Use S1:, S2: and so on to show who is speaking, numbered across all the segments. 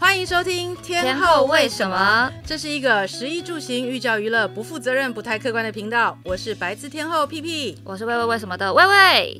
S1: 欢迎收听《天后为什么》，这是一个食衣住行、寓教于乐、不负责任、不太客观的频道。我是白字天后屁屁。
S2: 我是喂喂为什么的喂喂。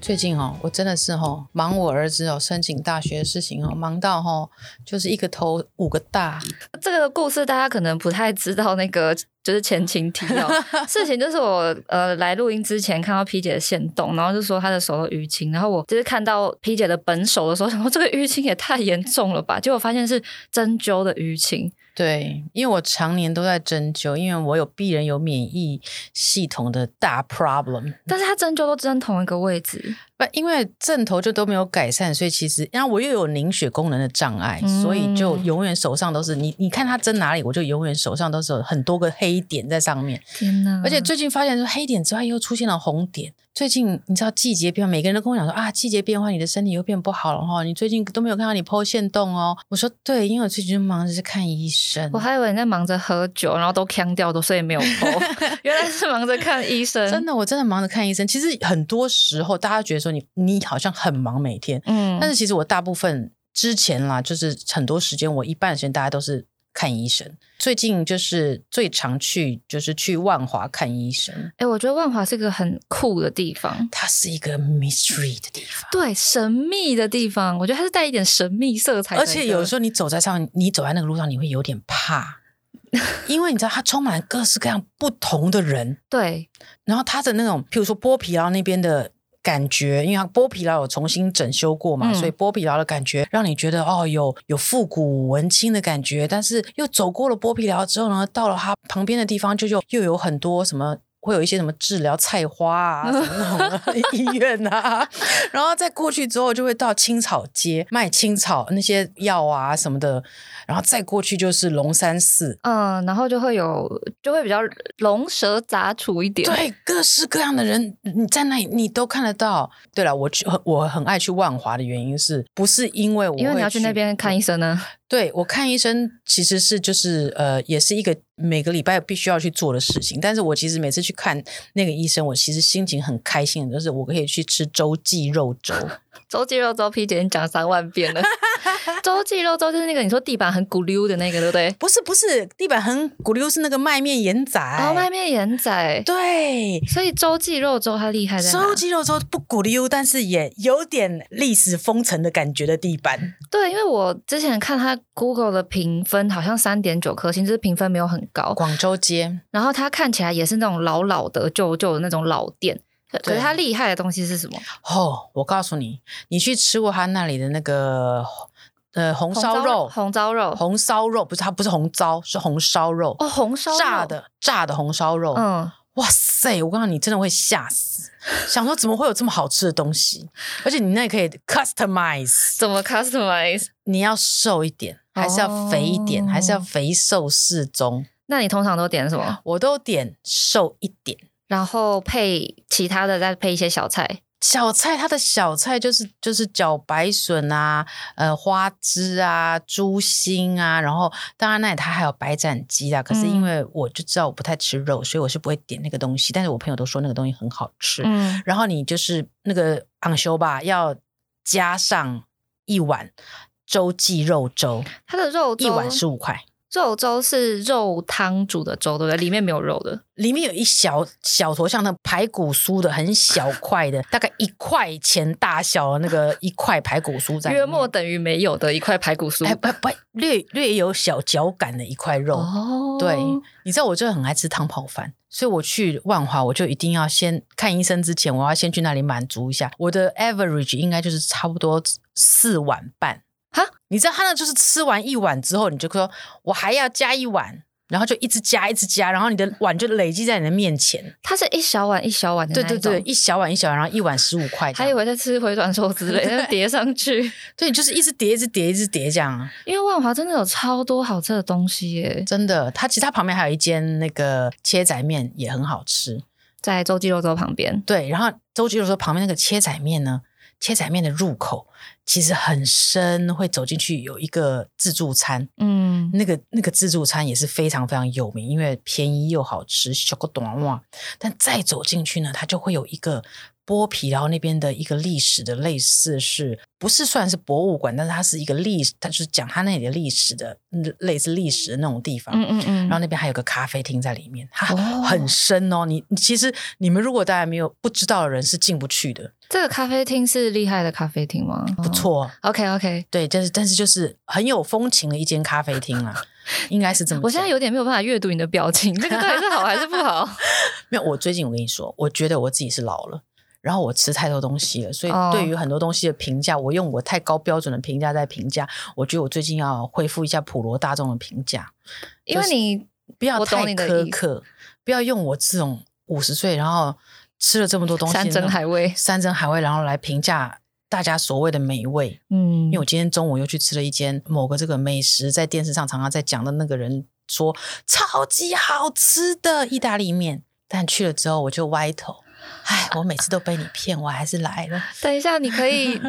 S3: 最近哦，我真的是哦，忙我儿子哦申请大学的事情哦，忙到哦就是一个头五个大。
S2: 这个故事大家可能不太知道，那个就是前情提 要事情，就是我呃来录音之前看到 P 姐的线动，然后就说她的手有淤青，然后我就是看到 P 姐的本手的时候，想说这个淤青也太严重了 吧，结果发现是针灸的淤青，
S3: 对，因为我常年都在针灸，因为我有鄙人有免疫系统的大 problem，
S2: 但是她针灸都针同一个位置，
S3: 不呃因为症头就都没有改善，所以其实然后我又有凝血功能的障碍，所以就
S2: 嗯
S3: 永远手上都是你你看他针哪里，我就永远手上都是有很多个黑点在上面。
S2: 天哪！嗯
S3: 而且最近发现说黑点之外又出现了红点。最近你知道季节变化，每个人都跟我讲说啊，季节变化，你的身体又变不好了哈。你最近都没有看到你剖线洞哦。我说对，因为我最近忙着是看医生
S2: 我。还以为你在忙着喝酒，然后都腔掉的，所以没有 剖，原来是忙着看医生。
S3: 真的，我真的忙着看医生。其实很多时候，大家觉得说你你好像很忙每天，
S2: 嗯，
S3: 但是其实我大部分之前啦，就是很多时间，我一半的时间大家都是看医生。最近就是最常去就是去万华看医生，
S2: 哎、我觉得万华是一个很酷的地方，
S3: 它是一个 mystery 的地方。
S2: 对，神秘的地方，我觉得它是带一点神秘色彩的
S3: 而
S2: 一个。
S3: 且有时候你走在上，你走在那个路上，你会有点怕，因为你知道它充满各式各样不同的人，
S2: 对，
S3: 然后它的那种，譬如说剥皮劳那边的。感觉，因为它剥皮劳有重新整修过嘛，
S2: 嗯
S3: 所以剥皮劳的感觉让你觉得哦，有有复古文青的感觉，但是又走过了剥皮劳之后呢，到了它旁边的地方就又又有很多什么，会有一些什么治疗菜花啊，什么那种的 医院啊，然后再过去之后，就会到青草街卖青草那些药啊什么的，然后再过去就是龙山寺，
S2: 嗯，然后就会有，就会比较龙蛇杂处一点。，
S3: 对，各式各样的人，你在那里你都看得到。对了，我去我很爱去万华的原因是不是因为我
S2: 因为你
S3: 会
S2: 要去那边看医生呢。
S3: 对我看医生其实是就是呃，也是一个每个礼拜必须要去做的事情。但是我其实每次去看那个医生，我其实心情很开心，的，就是我可以去吃周记肉粥。
S2: 周记肉周皮姐已经讲三万遍了，周记肉周就是那个你说地板很鼓溜的那个，对不对？
S3: 不是不是，地板很骨溜是那个麦面盐仔，
S2: 然后外面眼仔，
S3: 哎对。
S2: 所以周记肉周它厉害在哪
S3: 收？肌肉粥不骨溜，但是也有点历史风尘的感觉的地板。
S2: 对，因为我之前看它 Google 的评分好像三点九颗星，就是评分没有很高。
S3: 广州街，
S2: 然后它看起来也是那种老老的、旧旧的那种老店。可可是
S3: 对
S2: 它厉害的东西是什么？
S3: 哦，我告诉你，你去吃过他那里的那个呃红烧肉，
S2: 红烧肉，
S3: 红烧肉不是它不是红糟，是红烧肉，
S2: 哦，红烧肉
S3: 炸，的炸的红烧肉。
S2: 嗯，
S3: 哇塞！我告诉你，真的会吓死，想说怎么会有这么好吃的东西？而且你那里可以 customize，
S2: 怎么 customize？
S3: 你要瘦一点，还是要肥一点，
S2: 哦
S3: 还是要肥瘦适中？
S2: 那你通常都点什么？
S3: 我都点瘦一点。
S2: 然后配其他的，再配一些小菜。
S3: 小菜，它的小菜就是就是茭白笋啊，呃，花枝啊，猪心啊，然后当然那里它还有白斩鸡啊。可是因
S2: 嗯
S3: 为我就知道我不太吃肉，所以我是不会点那个东西。但是我朋友都说那个东西很好吃。
S2: 嗯，
S3: 然后你就是那个昂修吧，要加上一碗周记肉粥，
S2: 它的肉
S3: 一
S2: 粥
S3: 碗十五块，
S2: 肉粥是肉汤煮的粥，对不对？里面没有肉的。
S3: 里面有一小小坨像那排骨酥的很小块的，大概一块钱大小的那个一块排骨酥在里
S2: 约
S3: 面
S2: 莫等于没有的一块排骨酥
S3: 哎，不不，略略有小嚼感的一块肉。
S2: 哦
S3: 对，你知道我就很爱吃汤泡饭，所以我去万华，我就一定要先看医生之前，我要先去那里满足一下我的 average，应该就是差不多四碗半。
S2: 哈，
S3: 你知道他那就是吃完一碗之后，你就说我还要加一碗，然后就一直加一直加，然后你的碗就累积在你的面前。
S2: 它是一小碗一小碗的
S3: 对
S2: 那一
S3: 对
S2: 种
S3: 对，，一小碗一小碗，然后一碗十五块这
S2: 还
S3: 样，
S2: 以为在吃回转寿之类， 但叠上去。
S3: 对，就是一直叠一直叠一直叠这样。啊
S2: 因为万华真的有超多好吃的东西耶，
S3: 真的，它其实它旁边还有一间那个切仔面也很好吃。
S2: 在洲际肉粥旁边。
S3: 对，然后周记就说旁边那个切仔面呢，切仔面的入口其实很深，会走进去有一个自助餐，
S2: 嗯，
S3: 那个那个自助餐也是非常非常有名，因为便宜又好吃，小个短袜。但再走进去呢，它就会有一个剥皮，然后那边的一个历史的类似是，不是算是博物馆，但是它是一个历，它就是讲它那里的历史的嗯类似历史的那种地方。
S2: 嗯嗯嗯，
S3: 然后那边还有个咖啡厅在里面，它
S2: 哦
S3: 很深哦。你你其实你们如果大家没有不知道的人是进不去的，
S2: 这个咖啡厅是厉害的咖啡厅吗？
S3: 不错。
S2: OK OK，
S3: 对，但是但是就是很有风情的一间咖啡厅 啦，应该是这么讲。
S2: 我现在有点没有办法阅读你的表情，这个到底是好还是不好？
S3: 没有，我最近我跟你说，我觉得我自己是老了，然后我吃太多东西了，所以
S2: 哦
S3: 对于很多东西的评价，我用我太高标准的评价在评价。我觉得我最近要恢复一下普罗大众的评价，
S2: 因为你
S3: 不要
S2: 我懂
S3: 太
S2: 你的意
S3: 苛
S2: 思
S3: 刻，不要用我这种五十岁然后吃了这么多东西，
S2: 山珍海味，
S3: 山珍海味，然后来评价大家所谓的美味。
S2: 嗯
S3: 因为我今天中午又去吃了一间某个这个美食，在电视上常常在讲的那个人说超级好吃的意大利面，但去了之后我就歪头，哎，我每次都被你骗，我还是来了。
S2: 等一下，你 可以，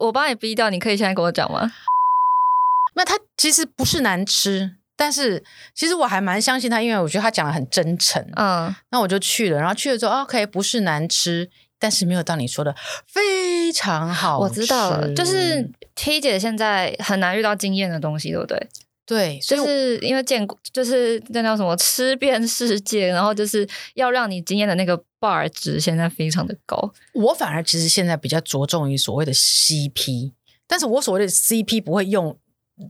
S2: 我帮你逼掉，你可以现在跟我讲吗？
S3: 那它其实不是难吃，但是其实我还蛮相信他，因为我觉得他讲的很真诚。
S2: 嗯，
S3: 那我就去了，然后去了之后啊，OK，不是难吃，但是没有到你说的非常好吃。
S2: 我知道了，就是 T 姐现在很难遇到惊艳的东西，对不对？
S3: 对，所以
S2: 就
S3: 我
S2: 是因为见过，就是那叫什么吃遍世界，然后就是要让你惊艳的那个 bar 值现在非常的高。
S3: 我反而其实现在比较着重于所谓的 CP，但是我所谓的 CP 不会用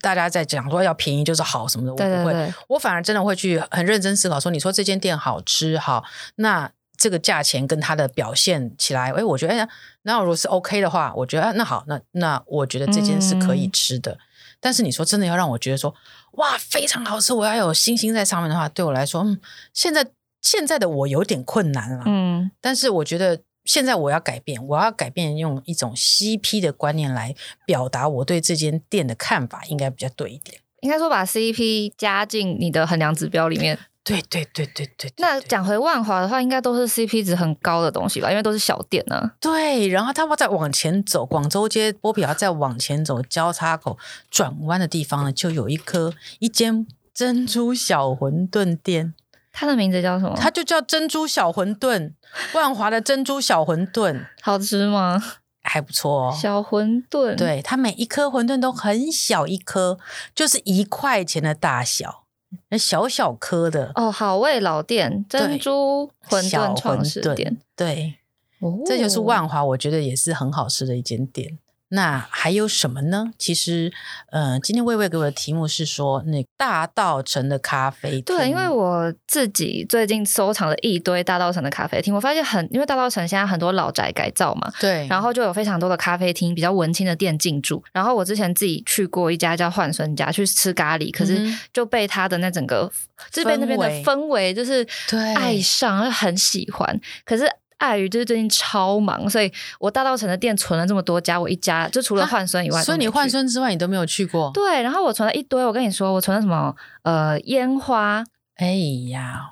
S3: 大家在讲说要便宜就是好什么的，我不
S2: 对
S3: 会。
S2: 对对，
S3: 我反而真的会去很认真思考说，你说这间店好吃好，那这个价钱跟它的表现起来，哎，我觉得哎，那如果是 OK 的话，我觉得、啊、那好，那那我觉得这间是可以
S2: 嗯
S3: 吃的。但是你说真的要让我觉得说，哇，非常好吃，我要有星星在上面的话，对我来说，嗯，现在现在的我有点困难了。
S2: 嗯，
S3: 但是我觉得现在我要改变，我要改变用一种 CP 的观念来表达我对这间店的看法，应该比较对一点。
S2: 应该说把 CP 加进你的衡量指标 里面。
S3: 对对对对对，对
S2: 那
S3: 对
S2: 讲回万华的话，应该都是 CP 值很高的东西吧，因为都是小店呢、啊。
S3: 对，然后他们再往前走，广州街波比要再往前走，交叉口转弯的地方呢，就有一颗一间珍珠小馄饨店，
S2: 它的名字叫什么？
S3: 它就叫珍珠小馄饨，万华的珍珠小馄饨
S2: 好吃吗？
S3: 还不错哦。
S2: 小馄饨，，
S3: 对，它每一颗馄饨都很小一颗，就是一块钱的大小，那小小颗的
S2: 哦，好味老店珍
S3: 对
S2: 珠馄
S3: 小
S2: 饨
S3: 馄
S2: 创始
S3: 饨
S2: 店，。
S3: 对，
S2: 哦
S3: 这就是万华，我觉得也是很好吃的一间店。那还有什么呢？其实，呃，今天魏魏给我的题目是说，那大道城的咖啡
S2: 对，因为
S3: 厅
S2: 我自己最近收藏了一堆大稻城的咖啡厅，我发现很，因为大稻城现在很多老宅改造嘛，
S3: 对，
S2: 然后就有非常多的咖啡厅，比较文青的店进驻。然后我之前自己去过一家叫焕孙家去吃咖喱，可是
S3: 嗯哼
S2: 就被它的那整个，就是被那边
S3: 氛
S2: 的
S3: 围
S2: 氛围就是
S3: 对
S2: 爱上，然后很喜欢，可是。碍于就是最近超忙，所以我大稻城的店存了这么多家，我一家就除了
S3: 啊
S2: 焕孙以外都没去，
S3: 所以你换孙之外，你都没有去过。
S2: 对，然后我存了一堆，我跟你说，我存了什么呃烟花，
S3: 哎呀，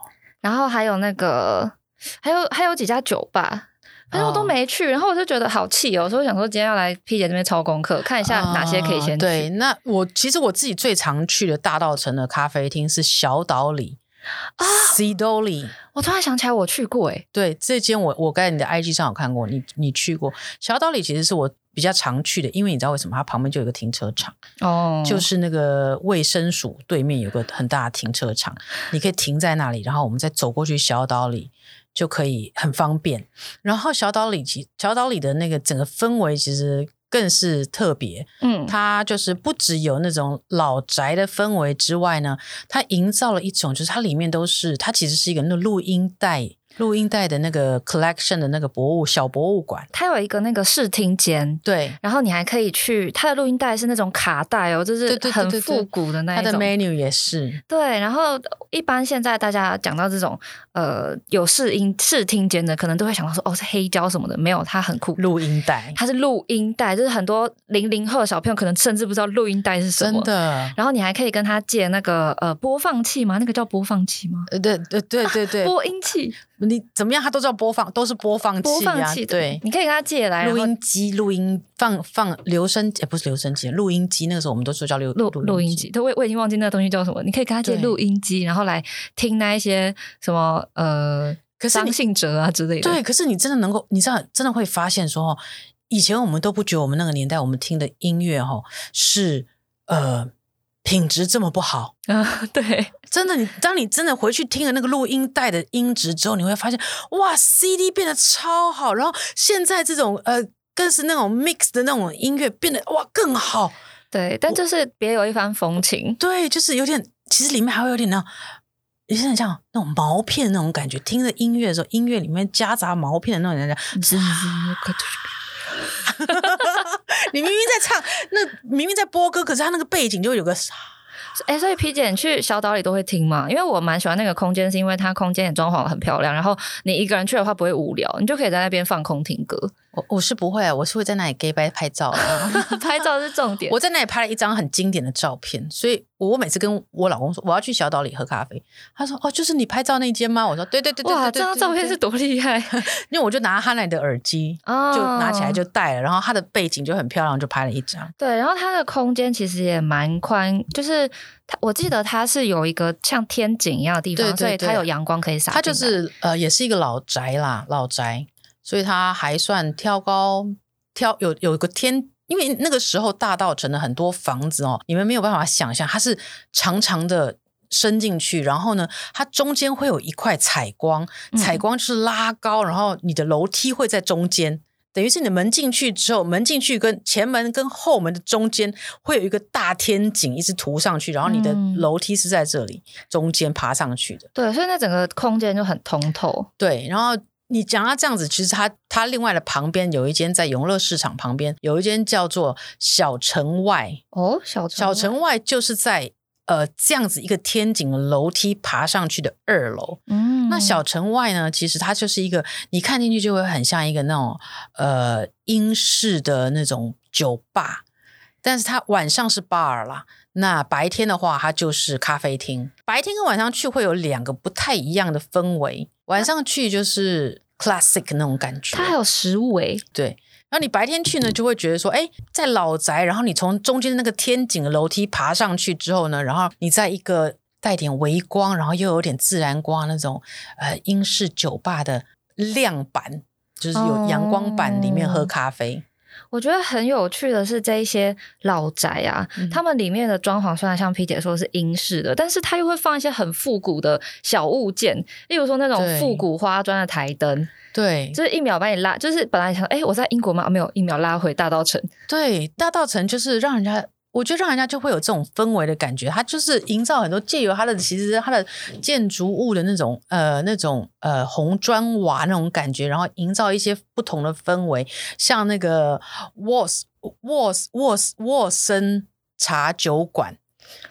S2: 然后还有那个，还有还有几家酒吧，反正我都
S3: 哦
S2: 没去。然后我就觉得好气哦，所以我想说今天要来 P 姐这边抄功课，看一下哪些可以先
S3: 啊
S2: 去。
S3: 对，那我其实我自己最常去的大道城的咖啡厅是小岛里啊 c d o l i
S2: 我突然想起来我去过欸诶、
S3: 对，这间我我在你的 IG 上有看过，你你去过小岛里，其实是我比较常去的，因为你知道为什么？它旁边就有一个停车场，
S2: 哦
S3: 就是那个卫生署对面有个很大的停车场，你可以停在那里，然后我们再走过去小岛里就可以很方便。然后小岛里其小岛里的那个整个氛围其实更是特别，
S2: 嗯，
S3: 它就是不只有那种老宅的氛围之外呢，它营造了一种就是它里面都是它其实是一个那录音带。录音带的那个 collection 的那个博物小博物馆，
S2: 它有一个那个试听间。
S3: 对，
S2: 然后你还可以去，它的录音带是那种卡带哦，就
S3: 对
S2: 是
S3: 对对
S2: 很
S3: 对对
S2: 复古的那
S3: 它
S2: 一种。
S3: 的 menu 也是，
S2: 对，然后一般现在大家讲到这种呃有试音试听间的，可能都会想到说哦是黑胶什么的，没有，它很酷，
S3: 录音 带，
S2: 它是录音带，就是很多零零后的小朋友可能甚至不知道录音带是什
S3: 真
S2: 么。
S3: 的，
S2: 然后你还可以跟他借那个呃播放器吗？那个叫播放器吗？
S3: 呃，对对对对对，
S2: 播音器
S3: 你怎么样，它都叫播放，都是播放器、啊，
S2: 播放器的
S3: 对。
S2: 你可以跟他借来，然
S3: 录
S2: 后
S3: 音机、录音放放留声，哎，不是留声机，录音机。那个时候我们都说叫录
S2: 录录音机，。都我我已经忘记那个东西叫什么。你可以跟他借
S3: 对
S2: 录音机，然后来听那一些什么呃，
S3: 可是你
S2: 张信哲啊之类的。
S3: 对，可是你真的能够，你知道，真的会发现说，哦，以前我们都不觉得我们那个年代我们听的音乐，哦，是呃品质这么不好。
S2: 啊， 对，
S3: 真的，你当你真的回去听了那个录音带的音质之后，你会发现，哇，CD 变得超好，然后现在这种呃，更是那种 mix 的那种音乐变得哇更好。
S2: 对，但就是别有一番风情。
S3: 对，就是有点，其实里面还会有点那种，有些人像那种毛片那种感觉。听着音乐的时候，音乐里面夹杂毛片的那种感觉， 你明明在唱，那明明在播歌，可是他那个背景就有个沙
S2: 哎、所以 P 姐，你去小岛里都会听吗？因为我蛮喜欢那个空间，是因为它空间也装潢得很漂亮，然后你一个人去的话不会无聊，你就可以在那边放空听歌，
S3: 我我是不会啊，我是会在那里 gay 拜拍照啊。
S2: 拍照是重点。
S3: 我在那里拍了一张很经典的照片，所以我每次跟我老公说我要去小岛里喝咖啡，他说哦，就是你拍照那间吗？我说对对对对
S2: 哇，
S3: 对对
S2: 这张照片是，
S3: 对对
S2: 多厉害
S3: 因为我就拿哈奈的耳机。
S2: 啊！
S3: 就拿起来就戴了，然后它的背景就很漂亮，就拍了一张。
S2: 对，然后它的空间其实也蛮宽，就是它，我记得它是有一个像天井一样的地方，
S3: 对对
S2: 所以它
S3: 对
S2: 有阳光可以洒进来。
S3: 它就是呃，也是一个老宅啦，老宅，所以它还算挑高挑有有一个天，因为那个时候大道城的很多房子哦，你们没有办法想象，它是长长的。伸进去，然后呢，它中间会有一块采光，
S2: 嗯
S3: 采光就是拉高，然后你的楼梯会在中间，等于是你的门进去之后，门进去跟前门跟后门的中间会有一个大天井一直涂上去，然后你的
S2: 嗯
S3: 楼梯是在这里中间爬上去的。
S2: 对，所以那整个空间就很通透。
S3: 对，然后你讲到这样子，其实它它另外的旁边有一间在永乐市场旁边有一间叫做小城外，
S2: 哦，小城
S3: 小城
S2: 外，
S3: 外就是在呃这样子一个天井的楼梯爬上去的二楼。
S2: 嗯，
S3: 那小城外呢，其实它就是一个你看进去就会很像一个那种呃英式的那种酒吧，但是它晚上是 bar 啦。那白天的话，它就是咖啡厅。白天跟晚上去会有两个不太一样的氛围。晚上去就是 classic 那种感觉，
S2: 它还有食物诶、
S3: 对。然后你白天去呢，就会觉得说，哎，在老宅，然后你从中间的那个天井的楼梯爬上去之后呢，然后你在一个带点微光，然后又有点自然光那种，呃，英式酒吧的亮版，就是有阳光版里面喝咖啡，
S2: 我觉得很有趣的是，这一些老宅啊，
S3: 嗯
S2: 他们里面的装潢虽然像 P 姐说是英式的，但是它又会放一些很复古的小物件，例如说那种
S3: 对
S2: 复古花砖的台灯，
S3: 对
S2: 就是一秒把你拉，就是本来想哎、诶我在英国吗？啊没有，一秒拉回大稻城。
S3: 对，大道城就是让人家，我觉得让人家就会有这种氛围的感觉。它就是营造很多借由它的，其实它的建筑物的那种呃那种呃红砖瓦那种感觉，然后营造一些不同的氛围，像那个沃斯沃斯沃斯沃森茶酒馆，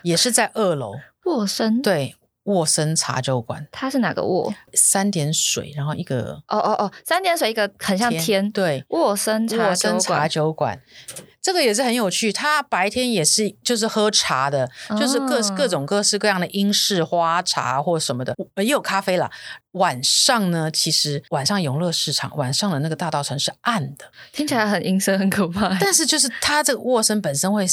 S3: 也是在二楼，
S2: 沃森，，
S3: 对。沃森茶酒馆，
S2: 它是哪个沃？
S3: 三点水，然后一个
S2: 哦哦哦，三点水一个很像天，
S3: 对，
S2: 沃森茶
S3: 沃
S2: 酒
S3: 森茶
S2: 馆，
S3: 酒馆，这个也是很有趣。它白天也是就是喝茶的，就是各
S2: 啊
S3: 各种各式各样的英式花茶或什么的，呃也有咖啡啦。晚上呢，其实晚上永乐市场晚上的那个大道城是暗的，
S2: 听起来很阴森，很可怕。
S3: 但是就是它这个沃森本身会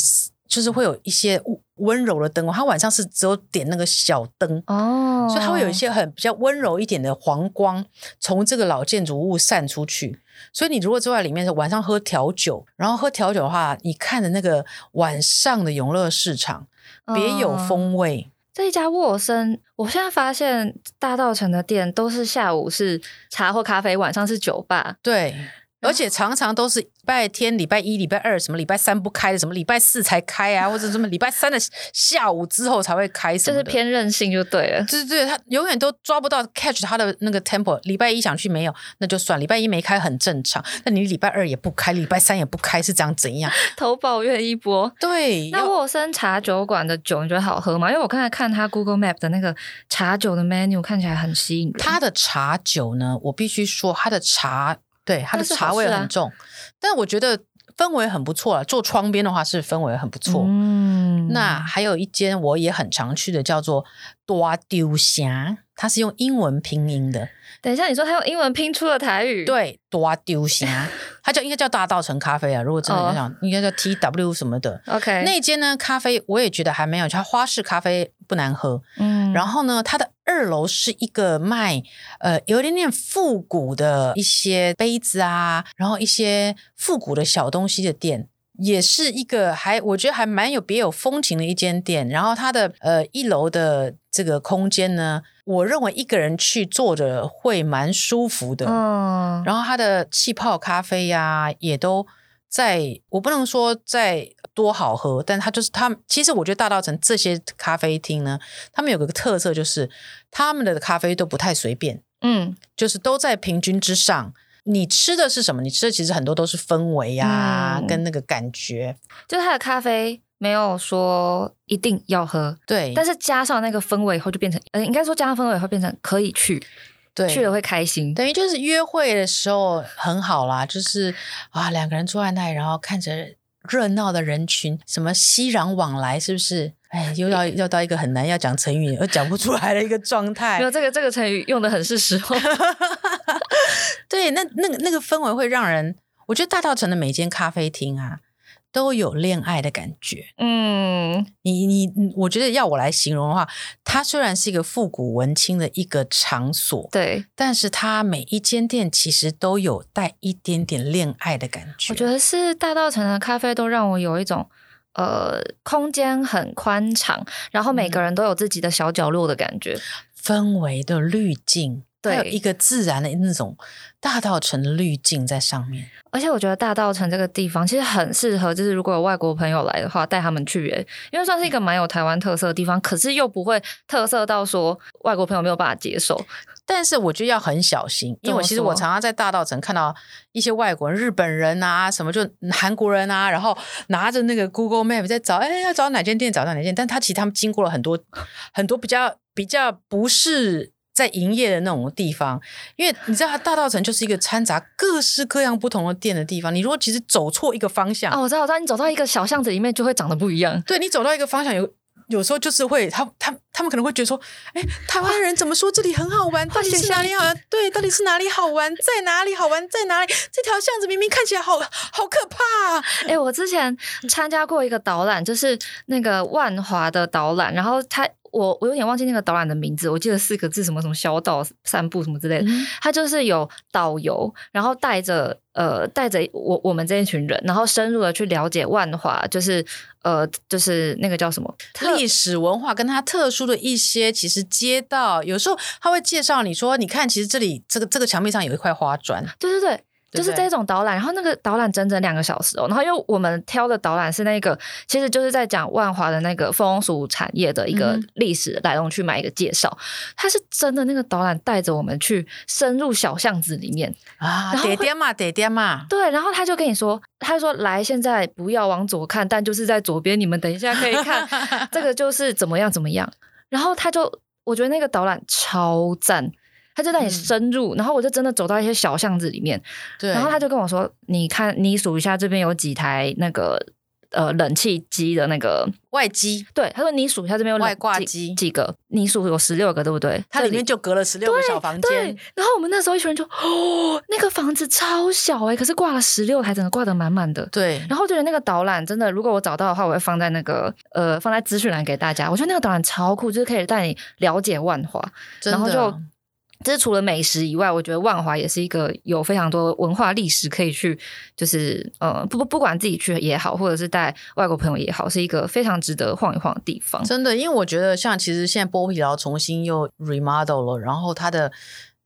S3: 就是会有一些温柔的灯光，它晚上是只有点那个小灯。
S2: 哦，
S3: 所以它会有一些很比较温柔一点的黄光从这个老建筑物散出去。所以你如果坐在里面晚上喝调酒，然后喝调酒的话，你看着那个晚上的永乐市场，别有
S2: 嗯
S3: 风味。
S2: 这一家沃森，我现在发现大道城的店都是下午是茶或咖啡，晚上是酒吧。
S3: 对。而且常常都是礼拜天、礼拜一、礼拜二，什么礼拜三不开的，什么礼拜四才开啊，或者什么礼拜三的下午之后才会开什
S2: 就
S3: 么
S2: 是
S3: 的
S2: 偏任性就对了，
S3: 对对，对他永远都抓不到 catch 他的那个 tempo。礼拜一想去没有，那就算；礼拜一没开很正常。那你礼拜二也不开，礼拜三也不开，是这样怎样？
S2: 投抱怨一波。
S3: 对，
S2: 那
S3: 要
S2: 沃森茶酒馆的酒你觉得好喝吗？因为我刚才看他 Google Map 的那个茶酒的 menu 看起来很吸引人。
S3: 他的茶酒呢，我必须说他的茶，对他的
S2: 那是
S3: 茶
S2: 好
S3: 味
S2: 事啊
S3: 很重，但我觉得氛围很不错啊。做窗边的话是氛围很不错。
S2: 嗯
S3: 那还有一间我也很常去的，叫做多丢虾。它是用英文拼音的，
S2: 等一下，你说他用英文拼出了台语，，
S3: 对，多丢虾，它叫应该叫大道城咖啡 啊，如果真的
S2: 哦
S3: 要想，应该叫 T W 什么的。
S2: ，OK，
S3: 那间呢，咖啡我也觉得还没有，它花式咖啡不难喝。
S2: 嗯
S3: 然后呢，它的二楼是一个卖呃有一点点复古的一些杯子啊，然后一些复古的小东西的店。也是一个还我觉得还蛮有别有风情的一间店，然后它的呃一楼的这个空间呢，我认为一个人去坐着会蛮舒服的，
S2: 嗯，
S3: 然后它的气泡咖啡呀、也都在，我不能说在多好喝，但它就是它。其实我觉得大稻城这些咖啡厅呢，他们有个特色就是他们的咖啡都不太随便，
S2: 嗯
S3: 就是都在平均之上。你吃的是什么？你吃的其实很多都是氛围呀、
S2: 嗯
S3: 跟那个感觉。
S2: 就是他的咖啡没有说一定要喝，
S3: 对，
S2: 但
S3: 是
S2: 是加上那个氛围以后，就变成，呃，应该说加上氛围以后变成可以去，
S3: 对
S2: 去了会开心。
S3: 等于就是约会的时候很好啦，就是啊，两个人坐在那里，然后看着热闹的人群，什么熙攘往来，是不是？哎，又 要要到一个很难要讲成语，又讲不出来的一个状态
S2: 没。有这个这个成语用的很是 时候，
S3: 对，那那个那个氛围会让人，我觉得大道城的每间咖啡厅啊，都有恋爱的感觉。
S2: 嗯，
S3: 你你，你我觉得要我来形容的话，它虽然是一个复古文青的一个场所，
S2: 对，
S3: 但是它每一间店其实都有带一点点恋爱的感觉。
S2: 我觉得是大道城的咖啡都让我有一种。呃，空间很宽敞，然后每
S3: 嗯
S2: 个人都有自己的小角落的感觉。
S3: 氛围的滤镜，
S2: 对
S3: 还有一个自然的那种大道城的滤镜在上面。
S2: 而且我觉得大道城这个地方其实很适合，就是如果有外国朋友来的话，带他们去耶，因为算是一个蛮有台湾特色的地方，可是又不会特色到说外国朋友没有办法接受。
S3: 但是我觉得要很小心，因为我其实
S2: 怎么说
S3: 我常常在大道城看到一些外国人、日本人啊，什么就韩国人啊，然后拿着那个 Google Map 在找，哎，要找哪间店，找哪间店。但他其实他们经过了很多很多比较比较不是在营业的那种地方，因为你知道大道城就是一个掺杂各式各样不同的店的地方。你如果其实走错一个方向，
S2: 啊，我知道，我知道，你走到一个小巷子里面就会长得不一样。
S3: 对你走到一个方向有。有时候就是会，他他他们可能会觉得说，哎，台湾人怎么说这里很好玩？到底是哪里好玩？对，到底是哪里好玩？在哪里好玩？在哪里？这条巷子明明看起来好好可怕、啊，
S2: 哎、我之前参加过一个导览，就是那个万华的导览，然后他我我有点忘记那个导览的名字，我记得四个字什么什么小岛散步什么
S3: 嗯
S2: 之类的。他就是有导游，然后带着呃带着我我们这一群人，然后深入的去了解万华，就是呃就是那个叫什么
S3: 历史文化跟它特殊的一些，其实街道有时候他会介绍你说，你看，其实这里这个这个墙壁上有一块花砖，
S2: 对对对。
S3: 对
S2: 就
S3: 不
S2: 是
S3: 对
S2: 这种导览，然后那个导览整整两个小时哦，然后因为我们挑的导览是那个，其实就是在讲万华的那个风俗产业的一个
S3: 嗯哼
S2: 历史来龙去脉一个介绍，他是真的那个导览带着我们去深入小巷子里面，
S3: 啊，
S2: 然后
S3: 点
S2: 会
S3: 点嘛，点点嘛，
S2: 对，然后他就跟你说，他说来，现在不要往左看，但就是在左边，你们等一下可以 看，这个就是怎么样怎么样。然后他就，我觉得那个导览超赞，他就带你
S3: 嗯
S2: 深入，然后我就真的走到一些小巷子里面，
S3: 对，
S2: 然后他就跟我说，你看，你数一下这边有几台那个呃冷气机的那个。
S3: 外机，
S2: 对，他说你数一下这边有冷
S3: 外挂
S2: 几
S3: 机
S2: 几个，你数有十六个，对不对？
S3: 它
S2: 这
S3: 里面就隔了十六个小房
S2: 对
S3: 间，，
S2: 然后我们那时候一群人就，哦，那个房子超小哎、可是挂了十六台，整个挂得满满的。
S3: 对，
S2: 然后我觉得那个导览真的，如果我找到的话，我会放在那个呃放在资讯栏给大家。我觉得那个导览超酷，就是可以带你了解万华，
S3: 真
S2: 然后
S3: 的
S2: 就。就是除了美食以外，我觉得万华也是一个有非常多文化历史可以去，就是呃不不不管自己去也好，或者是带外国朋友也好，是一个非常值得晃一晃的地方。
S3: 真的，因为我觉得像其实现在剥皮寮重新又 remodel 了，然后它的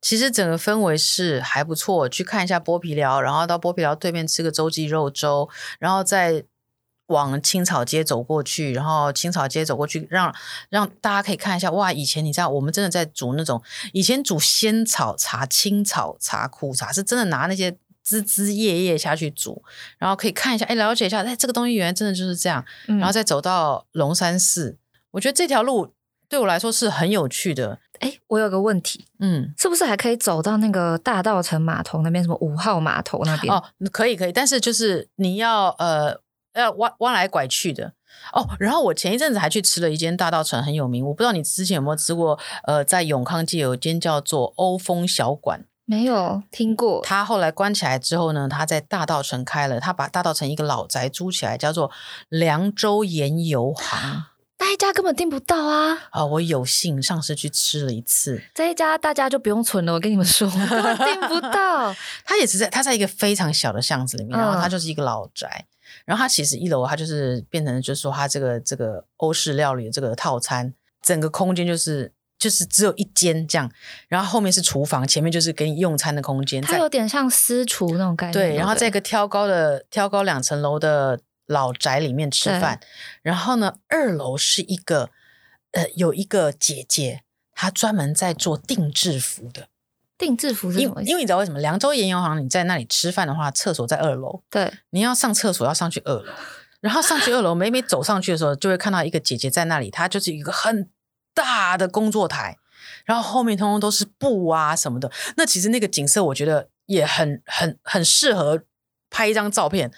S3: 其实整个氛围是还不错。去看一下剥皮寮，然后到剥皮寮对面吃个周记肉粥，然后再往青草街走过去，然后青草街走过去，让让大家可以看一下哇！以前你知道，我们真的在煮那种以前煮仙草茶、青草茶、苦茶，是真的拿那些。枝枝叶叶下去煮，然后可以看一下，哎，了解一下，哎，这个东西原来真的就是这样。
S2: 嗯
S3: 然后再走到龙山寺。我觉得这条路对我来说是很有趣的。
S2: 哎、我有个问题，
S3: 嗯，
S2: 是不是还可以走到那个大道城码头那边，什么五号
S3: 哦
S2: 码头那边？
S3: 哦，可以可以，但是就是你要呃要弯弯来拐去的，哦，然后我前一阵子还去吃了一间大道城很有名，我不知道你之前有没有吃过，呃，在永康街有一间叫做欧风小馆，
S2: 没有听过，
S3: 它后来关起来之后呢，它在大道城开了，它把大道城一个老宅租起来，叫做凉州盐油行。
S2: 那一家根本订不到啊！
S3: 啊、我有幸上次去吃了一次，
S2: 这一家大家就不用存了，我跟你们说， 根本订不到。
S3: 它也 是在它在一个非常小的巷子里面，然后它
S2: 嗯
S3: 就是一个老宅，然后它其实一楼它就是变成就是说它这个这个欧式料理的这个套餐，整个空间就是就是只有一间这样，然后后面是厨房，前面就是给你用餐的空间，
S2: 它
S3: 在
S2: 有点像私厨那种概念，
S3: 对，
S2: 不
S3: 然后在一个挑高的挑高两层楼的老宅里面吃
S2: 对
S3: 饭，然后呢，二楼是一个呃有一个姐姐，她专门在做定制服的。
S2: 定制服是什
S3: 因
S2: 么意思？
S3: 因为你知道为什么凉州盐油行你在那里吃饭的话，厕所在二楼，
S2: 对，
S3: 你要上厕所要上去二楼，然后上去二楼，每每走上去的时候，就会看到一个姐姐在那里，她就是一个很大的工作台，然后后面通通都是布啊什么的。那其实那个景色，我觉得也很很很适合拍一张照片，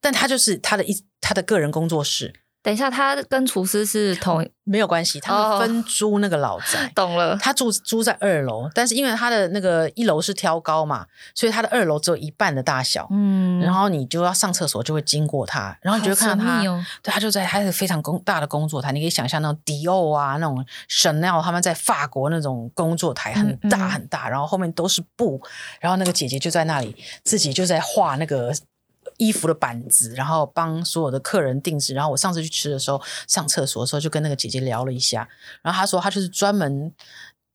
S3: 但她就是她的一她的个人工作室。
S2: 等一下，他跟厨师是同，
S3: 没有关系，他们
S2: 哦
S3: 分租那个老宅
S2: 懂了，
S3: 他住租在二楼，但是因为他的那个一楼是挑高嘛，所以他的二楼只有一半的大小。
S2: 嗯，
S3: 然后你就要上厕所，就会经过他，然后你就会看到
S2: 好神
S3: 他，
S2: 秘哦
S3: 对，他就在他是非常工大的工作台，你可以想象那种迪奥啊，那种 Chanel 他们在法国那种工作台很
S2: 嗯嗯
S3: 大很大，然后后面都是布，然后那个姐姐就在那里自己就在画那个衣服的板子，然后帮所有的客人定制。然后我上次去吃的时候，上厕所的时候就跟那个姐姐聊了一下，然后她说她就是专门。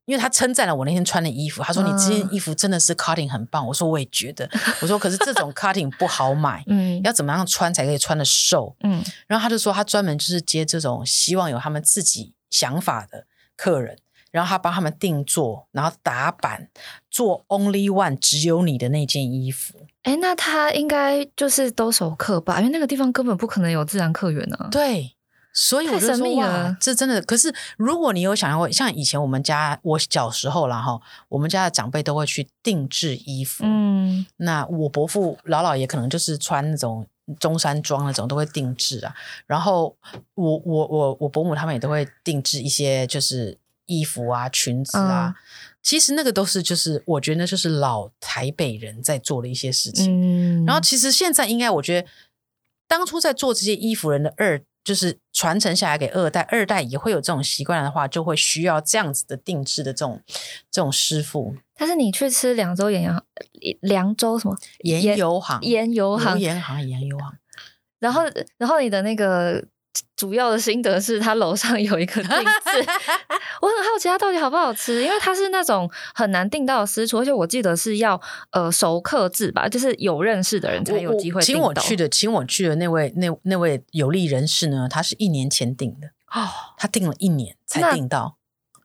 S3: 因为她称赞了我那天穿的衣服，她说你这件
S2: 嗯
S3: 衣服真的是 cutting 很棒。我说我也觉得，我说可是这种 cutting 不好买，
S2: 嗯
S3: 要怎么样穿才可以穿的瘦？
S2: 嗯，
S3: 然后他就说，他专门就是接这种希望有他们自己想法的客人，然后他帮他们定做，然后打版，做 Only One 只有你的那件衣服。
S2: 哎，那他应该就是都熟客吧？因为那个地方根本不可能有自然客源啊。
S3: 对，所以我
S2: 太
S3: 就
S2: 神
S3: 说
S2: 秘
S3: 哇
S2: 了，
S3: 这真的。可是如果你有想要，像以前我们家我小时候啦哈，我们家的长辈都会去定制衣服。
S2: 嗯，
S3: 那我伯父老姥爷可能就是穿那种中山装那种，都会定制啊。然后我我我我伯母他们也都会定制一些就是衣服啊、裙子
S2: 嗯
S3: 啊。其实那个都是就是我觉得那就是老台北人在做的一些事情。
S2: 嗯，
S3: 然后其实现在应该我觉得当初在做这些衣服人的二。就是传承下来给二代，二代也会有这种习惯的话，就会需要这样子的定制的这种这种师傅，
S2: 但是你去吃凉州盐油，凉州什么
S3: 盐
S2: 盐
S3: 油行、
S2: 盐油行，
S3: 盐行、盐油行，
S2: 然后然后你的那个主要的心得是，它楼上有一个定 制，我很好奇它到底好不好吃，因为它是那种很难订到的私厨，而且我记得是要呃熟客制吧，就是有认识的人才有
S3: 我我
S2: 机会
S3: 请
S2: 订
S3: 我
S2: 到
S3: 去的，请我去的那位那那位有利人士呢，他是一年前订的，
S2: 哦。
S3: 他订了一年才
S2: 那
S3: 订到。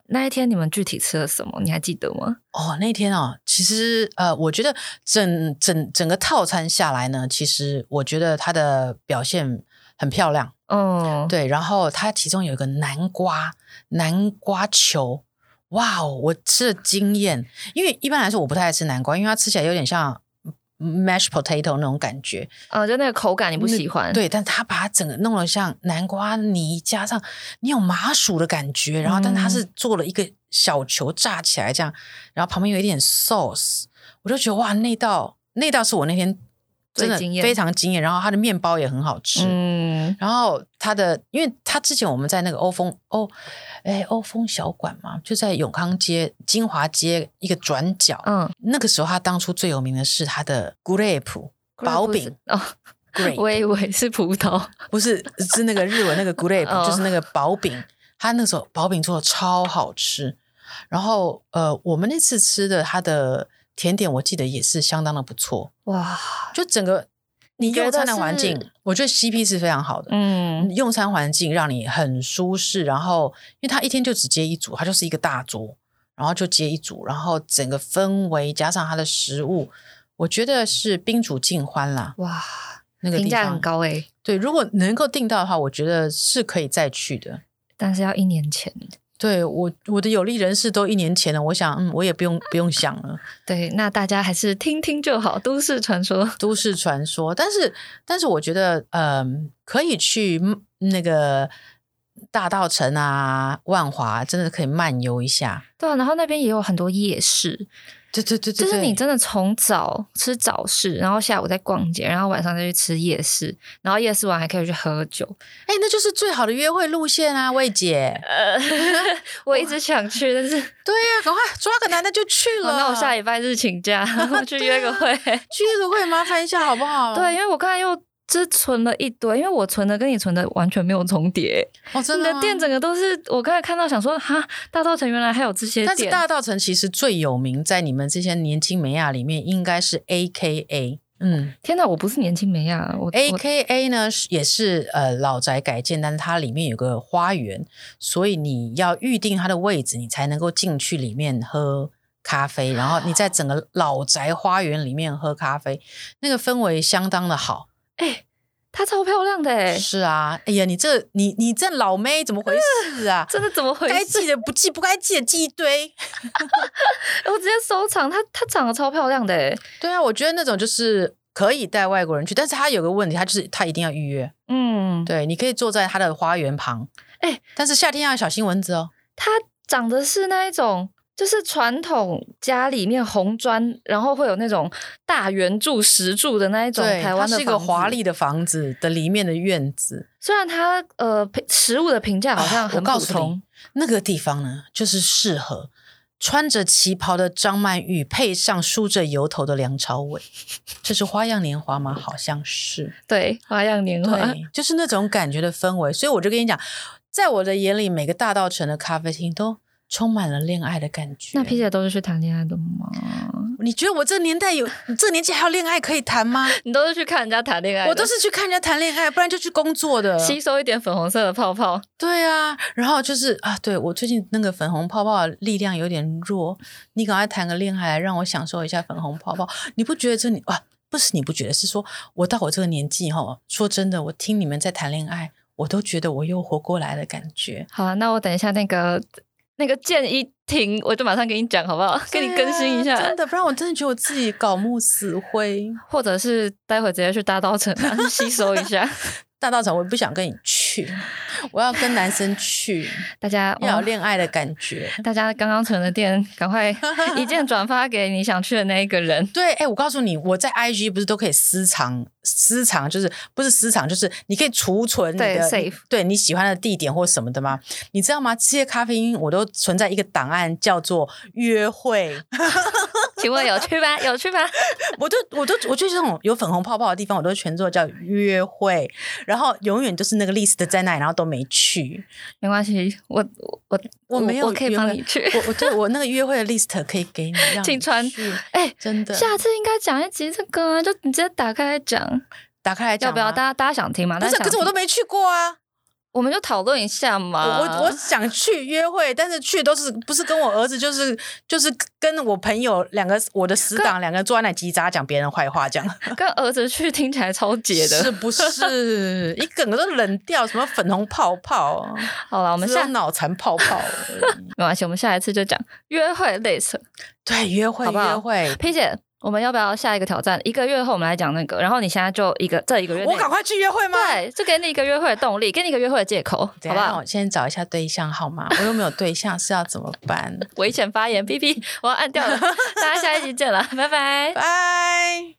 S2: 那一天你们具体吃了什么？你还记得吗？
S3: 哦，那天哦，其实呃，我觉得整整整个套餐下来呢，其实我觉得他的表现很漂亮。
S2: 嗯，
S3: 对，然后它其中有一个南瓜南瓜球，哇哦，我吃了惊艳！因为一般来说我不太爱吃南瓜，因为它吃起来有点像 mashed potato 那种感觉，
S2: 呃，就那个口感你不
S3: 那
S2: 喜欢，，
S3: 对，但他把它整个弄得像南瓜泥，加上你有麻薯的感觉，然后但它
S2: 嗯
S3: 是做了一个小球炸起来这样，然后旁边有一点 sauce，我就觉得哇，那道那道是我那天
S2: 最
S3: 真的
S2: 惊艳
S3: 非常惊艳，然后它的面包也很好吃。
S2: 嗯，
S3: 然后它的，因为它之前我们在那个欧风欧，哎欧风小馆嘛，就在永康街、金华街一个转角。
S2: 嗯，
S3: 那个时候，它当初最有名的是它的 grape 薄饼
S2: 哦，
S3: grape，
S2: 我以为是葡萄，
S3: 不是， 是那个日文那 个 grape，、
S2: 哦
S3: 就是那个薄饼。他那时候薄饼做的超好吃，然后呃，我们那次吃的它的甜点，我记得也是相当的不错。
S2: 哇，
S3: 就整个你
S2: 觉
S3: 用餐的
S2: 得
S3: 环
S2: 是
S3: 境，我觉得 CP 是非常好的。
S2: 嗯，
S3: 用餐环境让你很舒适，然后因为他一天就只接一组，他就是一个大桌，然后就接一组，然后整个氛围加上他的食物，我觉得是宾主尽欢啦。
S2: 哇，
S3: 那个地
S2: 评价
S3: 方
S2: 很高欸诶，
S3: 对，如果能够订到的话，我觉得是可以再去的。
S2: 但是要一年前。
S3: 对我，我的有利人士都一年前了，我想，嗯，我也不用不用想了，
S2: 对，那大家还是听听就好，都市传说。
S3: 都市传说。但是，但是我觉得，嗯、可以去那个大道城啊、万华，真的可以漫游一下。
S2: 对啊，然后那边也有很多夜市，
S3: 对对对对，
S2: 就是
S3: 对
S2: 你真的从早吃早市，然后下午再逛街，然后晚上再去吃夜市，然后夜市完还可以去喝酒。
S3: 哎、那就是最好的约会路线啊，魏姐。
S2: 呃， 我一直想去，但是
S3: 对呀、赶快抓个男的就去
S2: 好
S3: 了。
S2: 那我下礼拜日请 假，我去
S3: 啊
S2: 约个会。
S3: 去那个会麻烦一下好不好？
S2: 对，因为我刚才又只存了一堆，因为我存的跟你存的完全没有重叠。
S3: 哦，真
S2: 你
S3: 的
S2: 的
S3: 吗
S2: 店整个都是我刚才看到，想说哈，大稻城原来还有这些
S3: 但是
S2: 店。
S3: 大道城其实最有名，在你们这些年轻美亚里面，应该是 A K A。嗯
S2: 天哪，我不是年轻美亚，啊我
S3: ，A
S2: 我
S3: K A 呢是也是呃老宅改建，但是它里面有个花园，所以你要预定它的位置，你才能够进去里面喝咖啡，然后你在整个老宅花园里面喝咖啡，那个氛围相当的好。
S2: 她超漂亮的哎、
S3: 是啊，哎呀，你这你你这老妹怎么回事啊？
S2: 真的怎么回
S3: 该
S2: 事？
S3: 记的不记，不该记的记一堆。
S2: 我直接收藏，她她长得超漂亮的哎、
S3: 对啊，我觉得那种就是可以带外国人去，但是他有个问题，他就是他一定要预约。
S2: 嗯，
S3: 对，你可以坐在他的花园旁，
S2: 哎
S3: 但是夏天要小心蚊子哦。
S2: 她长得是那一种。就是传统家里面红砖，然后会有那种大圆柱、石柱的那一种
S3: 对，
S2: 台湾
S3: 它
S2: 的
S3: 是一个
S2: 房
S3: 华
S2: 子
S3: 丽的房子的里面的院子，
S2: 虽然它呃评食物的评价好像
S3: 啊
S2: 很
S3: 我告
S2: 普
S3: 诉
S2: 通，
S3: 那个地方呢，就是适合穿着旗袍的张曼玉配上梳着油头的梁朝伟，这是《花样年华》吗？好像是。
S2: 对《花样年华》
S3: 对，就是那种感觉的氛围。所以我就跟你讲，在我的眼里，每个大道城的咖啡厅都充满了恋爱的感觉。
S2: 那皮姐都是去谈恋爱的吗？
S3: 你觉得我这年代有这年纪还有恋爱可以谈吗？
S2: 你都是去看人家谈恋爱的，
S3: 我都是去看人家谈恋爱，不然就去工作的。
S2: 吸收一点粉红色的泡泡。
S3: 对啊，然后就是啊，对我最近那个粉红泡泡的力量有点弱，你赶快谈个恋爱，让我享受一下粉红泡泡。你不觉得这你啊？不是你不觉得，是说我到我这个年纪哈，说真的，我听你们在谈恋爱，我都觉得我又活过来的感觉。
S2: 好啊，那我等一下那个那个建议停，我就马上给你讲好不好？给你更新一下，
S3: 对啊真的，不然我真的觉得我自己搞木死灰。
S2: 或者是待会直接去大稻城啊 去吸收一下。
S3: 大道城，我不想跟你去，我要跟男生去，
S2: 大家
S3: 要有
S2: 哦
S3: 恋爱的感觉。
S2: 大家刚刚存的店，赶快一键转发给你想去的那一个人。
S3: 对，哎、我告诉你，我在 IG 不是都可以私藏，私藏就是不是私藏，就是你可以储存你
S2: 对
S3: 的
S2: ，save
S3: 对你喜欢的地点或什么的吗？你知道吗？这些咖啡因我都存在一个档案，叫做约 会。
S2: 请问有去吗？有去吗？
S3: 我都我都我就这种有粉红泡泡的地方，我都全做叫约会，然后永远就是那个 list 在那里，然后都没去。
S2: 没关系，我我我
S3: 我没有
S2: 我可以
S3: 约会
S2: 帮你去。
S3: 我我对我 那个约会的 list 可以给你，让
S2: 请
S3: 你
S2: 传
S3: 去
S2: 哎、
S3: 真的，
S2: 下次应该讲一集这个啊，就你直接打开来讲，
S3: 打开来讲啊
S2: 要不要？
S3: 吗
S2: 大家大家想听吗？
S3: 不
S2: 大
S3: 是，
S2: 家想
S3: 可是我都
S2: 听
S3: 没去过啊！
S2: 我们就讨论一下
S3: 我
S2: 嘛。
S3: 我我想去约会，但是去都是不是跟我儿子，就是就是跟我朋友两个我的死党两个人坐在那叽喳讲别人坏话，这 样
S2: 跟儿子去听起来超解
S3: 是
S2: 的。
S3: 不是？一整个都冷掉，什么粉红泡泡啊，
S2: 好了，我
S3: 我
S2: 们下没
S3: 脑残泡泡而已。
S2: 关系，我们下一次就讲约会类似。
S3: 对，约会
S2: 好不好
S3: 约会，
S2: P 姐，我们要不要下一个挑战？一个月后我们来讲那个，然后你现在就一个这一个月内
S3: 我赶快去约会吗？
S2: 对，就给你一个约会的动力，给你一个约会的借口，好
S3: 等一
S2: 不
S3: 下
S2: 好
S3: 我？先找一下对象好吗？我又没有对象，是要怎么 办？
S2: 危险发言，B B，我要按掉了。大家下一集见了，拜拜。
S3: 拜。